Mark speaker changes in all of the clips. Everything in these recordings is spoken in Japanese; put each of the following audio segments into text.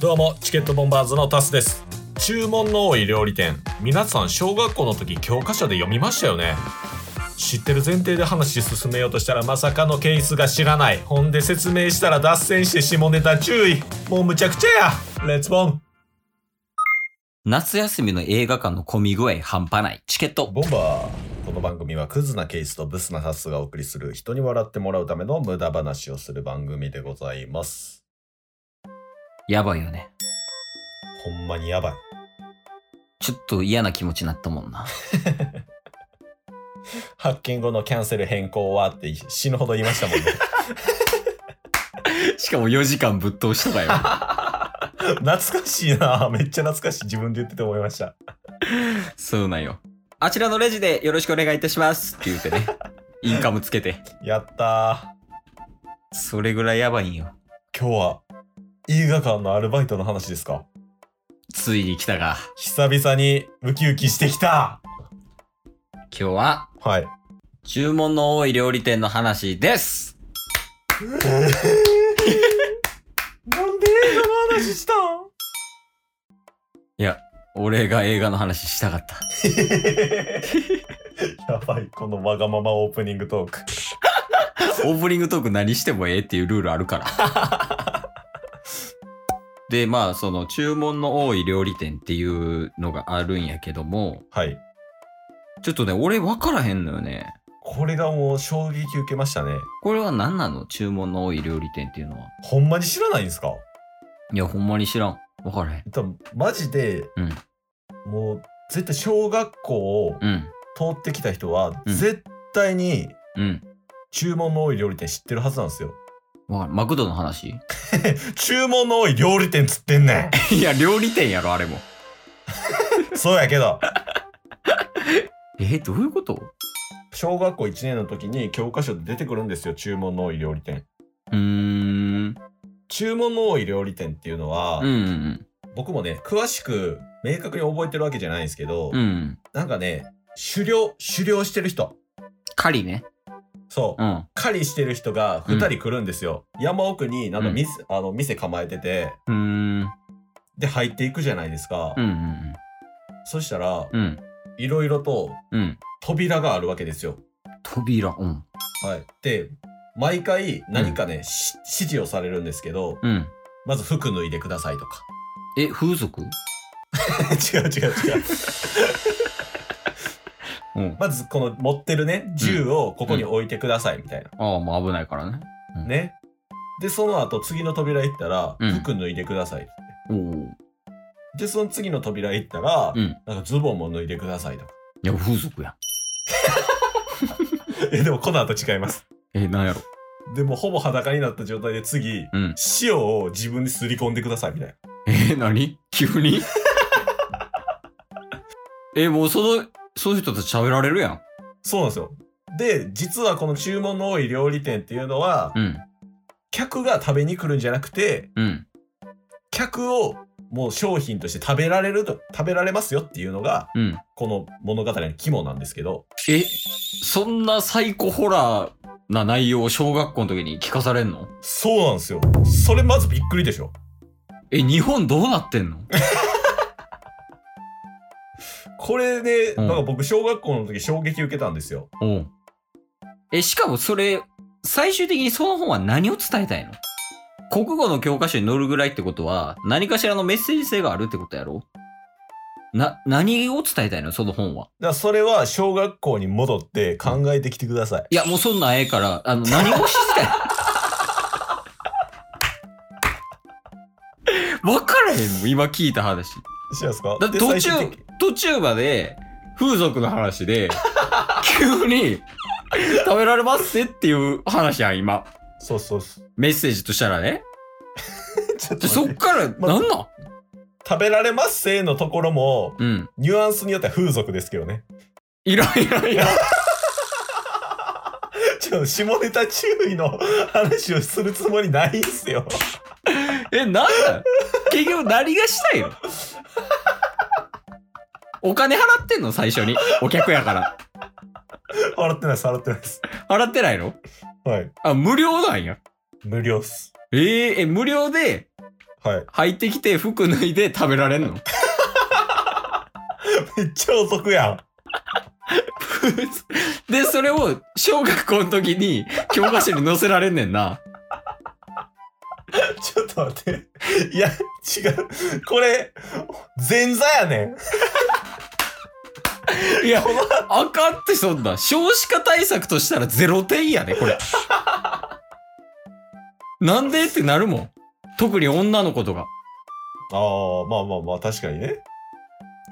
Speaker 1: どうもチケットボンバーズのタスです注文の多い料理店皆さん小学校の時教科書で読みましたよね知ってる前提で話進めようとしたらまさかのケースが知らないほんで説明したら脱線して下ネタ注意もうむちゃくちゃやレッツボン
Speaker 2: 夏休みの映画館の混み具合半端ないチケット
Speaker 1: ボンバーこの番組はクズなケースとブスなハスがお送りする人に笑ってもらうための無駄話をする番組でございます
Speaker 2: やばいよね
Speaker 1: ほんまにやばい
Speaker 2: ちょっと嫌な気持ちになったもんな
Speaker 1: 発見後のキャンセル変更はって死ぬほど言いましたもんね
Speaker 2: しかも4時間ぶっ通したかよ
Speaker 1: 懐かしいなめっちゃ懐かしい自分で言ってて思いました
Speaker 2: そうなんよあちらのレジでよろしくお願いいたしますって言うて ねインカムつけて
Speaker 1: やった
Speaker 2: それぐらいやばいんよ
Speaker 1: ー今日は映画館のアルバイトの話ですか
Speaker 2: ついに来たが
Speaker 1: 久々にウキウキしてきた
Speaker 2: 今日は
Speaker 1: はい
Speaker 2: 注文の多い料理店の話です
Speaker 1: なんで映画の話したん
Speaker 2: いや俺が映画の話したかっ た
Speaker 1: やばいこのわがままオープニングトーク
Speaker 2: オープニングトーク何してもええっていうルールあるから。で、まあ、その、注文の多い料理店っていうのがあるんやけども、
Speaker 1: はい
Speaker 2: ちょっとね、俺分からへんのよね。
Speaker 1: これがもう衝撃受けましたね
Speaker 2: これは何なの注文の多い料理店っていうのは。
Speaker 1: ほんまに知らないんですか
Speaker 2: いや、ほんまに知らん。分からへん。
Speaker 1: 多分マジで、もう絶対小学校を
Speaker 2: うん。
Speaker 1: 通ってきた人は、
Speaker 2: うん
Speaker 1: 絶対に
Speaker 2: うん。
Speaker 1: 注文の多い料理店知ってるはずなんですよ
Speaker 2: 分からん。マクドの話
Speaker 1: 注文の多い料理店つってんね
Speaker 2: いや、料理店やろ、あれも。
Speaker 1: んそうやけど
Speaker 2: え、どういうこと
Speaker 1: 小学校1年の時に教科書で出てくるんですよ注文の多い料理店
Speaker 2: うーん。
Speaker 1: 注文の多い料理店っていうのは、
Speaker 2: うんうん
Speaker 1: 僕もね詳しく明確に覚えてるわけじゃないんですけど、
Speaker 2: うん。うん。
Speaker 1: なんかね狩猟狩猟してる人
Speaker 2: 狩りね。
Speaker 1: そう、
Speaker 2: うん。
Speaker 1: 狩りしてる人が2人来るんですよ、山奥になんか店,、あの店構えてて
Speaker 2: うーん。
Speaker 1: で入っていくじゃないですか、
Speaker 2: うんうん
Speaker 1: そしたら
Speaker 2: うん。うん。
Speaker 1: いろいろと
Speaker 2: うん。
Speaker 1: 扉があるわけですよ
Speaker 2: 扉。うん。
Speaker 1: はいで毎回何かね、し指示をされるんですけど
Speaker 2: うん。
Speaker 1: まず服脱いでくださいと か
Speaker 2: え、風俗
Speaker 1: 違う違う違う
Speaker 2: うん。
Speaker 1: まずこの持ってるね銃をここに置いてくださいみたいな、
Speaker 2: ああ、もう危ないからね。うん
Speaker 1: ねでその後次の扉行ったら、
Speaker 2: うん
Speaker 1: 服脱いでくださいって
Speaker 2: おお。
Speaker 1: でその次の扉行ったら、
Speaker 2: うん。
Speaker 1: なんかズボンも脱いでください とか
Speaker 2: いや、風俗やん。
Speaker 1: えでもこの後違います
Speaker 2: え、なんやろ。
Speaker 1: でもほぼ裸になった状態で次
Speaker 2: うん。
Speaker 1: 塩を自分にすり込んでくださいみたいな
Speaker 2: え、なに急に え、もうその、そういう人たち喋られるやん。
Speaker 1: そうなんですよで実はこの注文の多い料理店っていうのは、
Speaker 2: うん。
Speaker 1: 客が食べに来るんじゃなくて
Speaker 2: うん。
Speaker 1: 客をもう商品として食べられると食べられますよっていうのが
Speaker 2: うん。
Speaker 1: この物語の肝なんですけど
Speaker 2: え、そんなサイコホラーな内容を小学校の時に聞かされんの
Speaker 1: そうなんですよそれまずびっくりでしょ
Speaker 2: え、日本どうなってんの
Speaker 1: これで、
Speaker 2: うん
Speaker 1: なんか僕小学校の時衝撃受けたんですよ
Speaker 2: おうえ、しかもそれ、最終的にその本は何を伝えたいの国語の教科書に載るぐらいってことは、何かしらのメッセージ性があるってことやろな、何を伝えたいのその本は。
Speaker 1: だからそれは小学校に戻って考えてきてください、
Speaker 2: いや、もうそんなんええか ら、あの、何を知りたいわからへんもん、今聞いた話。
Speaker 1: 知らんすか
Speaker 2: だっ
Speaker 1: で
Speaker 2: て途
Speaker 1: 最終
Speaker 2: 中
Speaker 1: 的に、
Speaker 2: 途中まで、風俗の話で、 急に、食べられますねっていう話やん、今。
Speaker 1: そうそうそう
Speaker 2: メッセージとしたらね。
Speaker 1: ちょっ
Speaker 2: で、
Speaker 1: と
Speaker 2: そ
Speaker 1: 待
Speaker 2: っ
Speaker 1: って
Speaker 2: から、
Speaker 1: ま
Speaker 2: なんなん
Speaker 1: 食べられますせーのところも
Speaker 2: うん。
Speaker 1: ニュアンスによっては風俗ですけどね
Speaker 2: いらんいらん いらん。
Speaker 1: ちょっと下ネタ注意の話をするつもりないんすよ
Speaker 2: え、なんなん結局何がしたいのお金払ってんの最初に。お客やから。
Speaker 1: 笑ってないです笑ってないです
Speaker 2: 払ってないの
Speaker 1: はい
Speaker 2: あ、無料なんや。
Speaker 1: 無料っす
Speaker 2: えー、え、無料で、
Speaker 1: はい。
Speaker 2: 入ってきて服脱いで食べられん の
Speaker 1: めっちゃ遅くやん。
Speaker 2: で、それを小学校の時に教科書に載せられんねんな。
Speaker 1: ちょっと待って。いや、違う。これ、前座やねん。
Speaker 2: いや、あかんってそんな。少子化対策としたらゼロ点やね、 これ。なんでってなるもん。特に女の子とか。
Speaker 1: ああ、まあまあまあ、確かにね。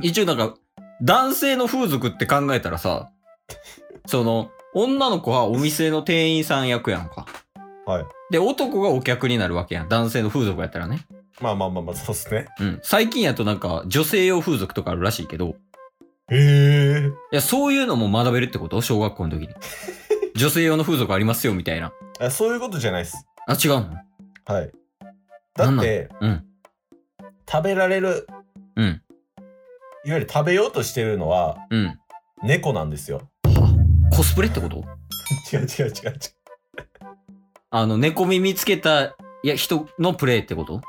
Speaker 2: 一応なんか、男性の風俗って考えたらさ、その、女の子はお店の店員さん役やんか。
Speaker 1: はい。
Speaker 2: で、男がお客になるわけやん。男性の風俗やったらね。
Speaker 1: まあまあまあまあ、そうっすね。
Speaker 2: うん。最近やとなんか、女性用風俗とかあるらしいけど、
Speaker 1: へえ。
Speaker 2: いや、そういうのも学べるってこと小学校の 時に。女性用の風俗ありますよ、みたいな。
Speaker 1: あそういうことじゃないっす。
Speaker 2: あ、違うの
Speaker 1: はい。だって、
Speaker 2: なんなん
Speaker 1: 食べられる、
Speaker 2: うん。
Speaker 1: いわゆる食べようとしてるのは、
Speaker 2: うん。
Speaker 1: 猫なんですよ。
Speaker 2: コスプレってこと
Speaker 1: 違う違う違う違う。
Speaker 2: あの、猫耳つけた、いや、人のプレイってこと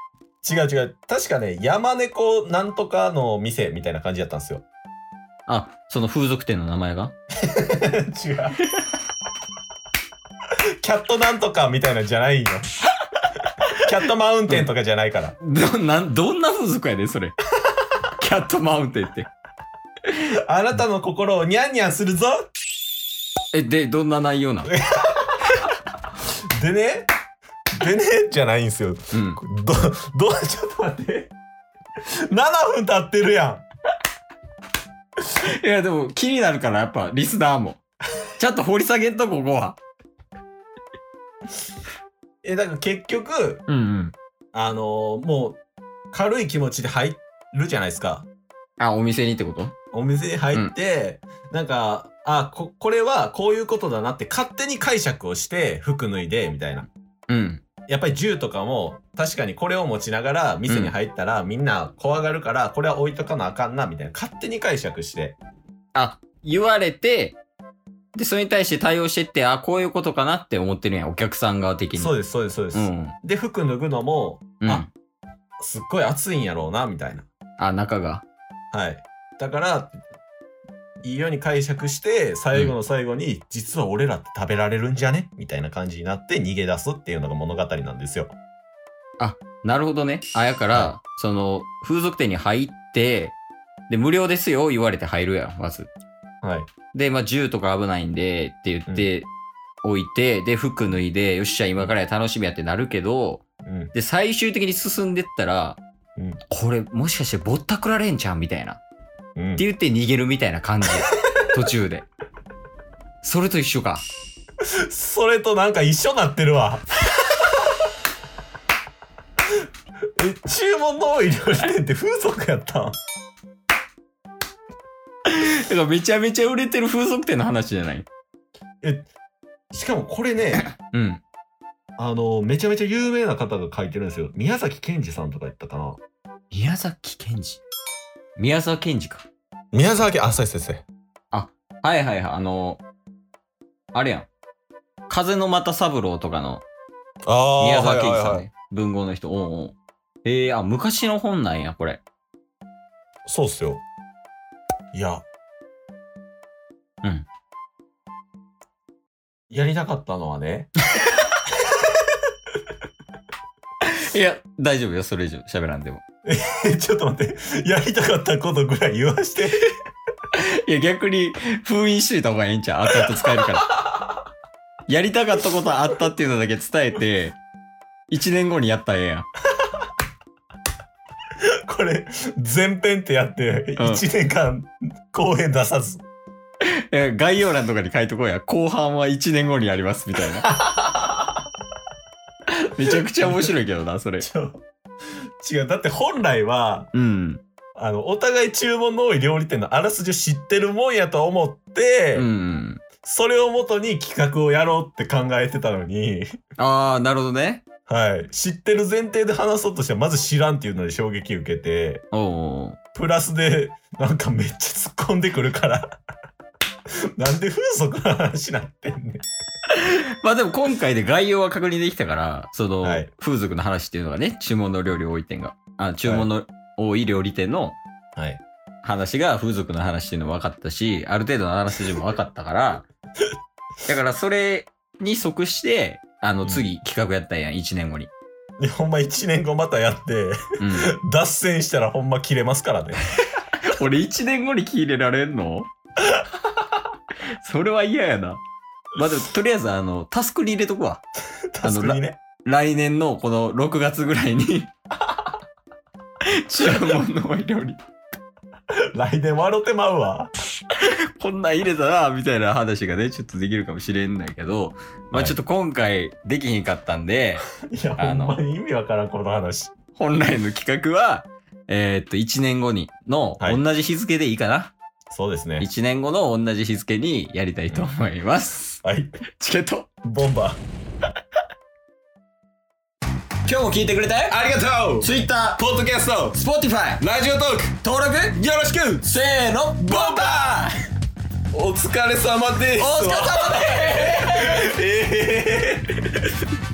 Speaker 1: 違う違う。確かね、山猫なんとかの店みたいな感じだったんですよ。
Speaker 2: あ、その風俗店の名前が
Speaker 1: 違う。キャットなんとかみたいなんじゃないんよ。キャットマウンテンとかじゃないから。
Speaker 2: ど、 なん、どんな風俗やねんそれ。 キャットマウンテンって。
Speaker 1: あなたの心をニャンニャンするぞ
Speaker 2: え、で、どんな内容なの
Speaker 1: でね、でね、じゃないんですよ。
Speaker 2: うん。
Speaker 1: ど、ど、ちょっと待って。7分経ってるやん。
Speaker 2: いや、でも気になるから、やっぱ、リスナーも。 ちゃんと掘り下げんと、ここは。
Speaker 1: え、だから結局、
Speaker 2: うんうん。
Speaker 1: あのーもう、軽い気持ちで入るじゃないですか。
Speaker 2: あ、お店にってこと
Speaker 1: お店に入って、なんか、あこ、これはこういうことだなって勝手に解釈をして、服脱いで、みたいな。
Speaker 2: うん。
Speaker 1: やっぱり銃とかも、確かにこれを持ちながら店に入ったら、みんな怖がるから、これは置いとかなあかんな、みたいな。勝手に解釈して。
Speaker 2: あ、言われて、で、それに対して対応してって、あ、こういうことかなって思ってるんや、お客さん側的に。
Speaker 1: そう
Speaker 2: で
Speaker 1: です、そうです、そうです。
Speaker 2: うん。
Speaker 1: で、服脱ぐのも、
Speaker 2: うん。
Speaker 1: あすっごい暑いんやろうな、みたいな。
Speaker 2: あ、中が。
Speaker 1: はい。だから、いいように解釈して、最後の最後に、実は俺らって食べられるんじゃねみたいな感じになって逃げ出すっていうのが物語なんですよ。
Speaker 2: なるほどね。あ、やから、その、風俗店に入って、で、無料ですよ、言われて入るやん、まず。
Speaker 1: はい。
Speaker 2: で、まあ、銃とか危ないんで、って言って、置いて、で、服脱いで、よっしゃ、今からや楽しみやってなるけど、
Speaker 1: うん。
Speaker 2: で、最終的に進んでったら、
Speaker 1: うん
Speaker 2: これ、もしかしてぼったくられんちゃんみたいな。っ
Speaker 1: うん
Speaker 2: て、言って逃げるみたいな 感じ。途中で。それと一緒か。
Speaker 1: それとなんか一緒になってるわ。え、注文の多い料理店って風俗やったん
Speaker 2: だからめちゃめちゃ売れてる風俗店の話じゃない
Speaker 1: しかもこれね、
Speaker 2: うん。
Speaker 1: あの、めちゃめちゃ有名な方が書いてるんですよ。宮崎賢治さんとか言ったかな。
Speaker 2: 宮崎賢治。宮沢賢治か。
Speaker 1: 宮崎、あ、そうです先
Speaker 2: はいはいはい、あの、あれやん。風の又三郎とかの
Speaker 1: 生。あ
Speaker 2: 宮沢賢治さんね。文豪の人。おうおうえー、あ、昔の本なんや、これ。
Speaker 1: そうっすよ。いや。
Speaker 2: うん。
Speaker 1: やりたかったのはね。
Speaker 2: いや、大丈夫よ、それ以上喋らんでも。
Speaker 1: ちょっと待って。やりたかったことぐらい言わして。
Speaker 2: いや、逆に封印しといた方がええんちゃう後々使えるから。 やりたかったことあったっていうのだけ伝えて、1年後にやったらええやん。
Speaker 1: これ、前編ってやって、
Speaker 2: うん
Speaker 1: 1年間後編出さず。
Speaker 2: え概要欄とかに書いとこうや。後半は1年後にやります、みたいな。 めちゃくちゃ面白いけどな、それ。
Speaker 1: ちょ違う、だって本来は、
Speaker 2: うん。
Speaker 1: あの、お互い注文の多い料理店のあらすじを知ってるもんやと思って、
Speaker 2: うん。
Speaker 1: それをもとに企画をやろうって考えてたのに、
Speaker 2: ああ、なるほどね。
Speaker 1: はい。知ってる前提で話そうとして、まず知らんっていうので衝撃受けて、
Speaker 2: おうおう
Speaker 1: プラスで、なんかめっちゃ 突っ込んでくるから、なんで風俗の話なってんねん。
Speaker 2: まあでも今回で概要は確認できたから、その、
Speaker 1: はい
Speaker 2: 風俗の話っていうのがね、注文の料理多い店が、あ、注文の多い料理店の
Speaker 1: はい。
Speaker 2: 話が風俗の話っていうのも分かったし、ある程度のあらすじも分かった から、だからそれに即して、あの、
Speaker 1: うん
Speaker 2: 次企画やったんやん、1年後に。
Speaker 1: で、ほんま1年後またやって、
Speaker 2: うん。
Speaker 1: 脱線したらほんま切れますからね。
Speaker 2: 俺1年後に聞入れられんの それは嫌やな。まあでも、とりあえず、あの、タスクに入れとくわ。
Speaker 1: タスクにね。
Speaker 2: 来年のこの6月ぐらいに 注文のお料理
Speaker 1: 来年笑ってまうわ。
Speaker 2: こんなん入れたらみたいな話がねちょっとできるかもしれんないけど、ま
Speaker 1: は
Speaker 2: あ
Speaker 1: い
Speaker 2: ちょっと今回できへんかったんで
Speaker 1: いや、ほ
Speaker 2: あ
Speaker 1: ん
Speaker 2: の
Speaker 1: まに意味わからん、この話。
Speaker 2: 本来の企画はえーっと1年後にの
Speaker 1: はい
Speaker 2: 同じ日付でいいかな、
Speaker 1: そうですね。
Speaker 2: 1年後の同じ日付にやりたいと思います、
Speaker 1: はい。
Speaker 2: チケット
Speaker 1: ボンバー。
Speaker 2: 今日も聞いてくれてありがとう Twitter、ポッドキャスト、Spotify、ラジオトーク登録よろしくせーのボンバー
Speaker 1: お疲れ様です
Speaker 2: お疲れ様です
Speaker 1: えー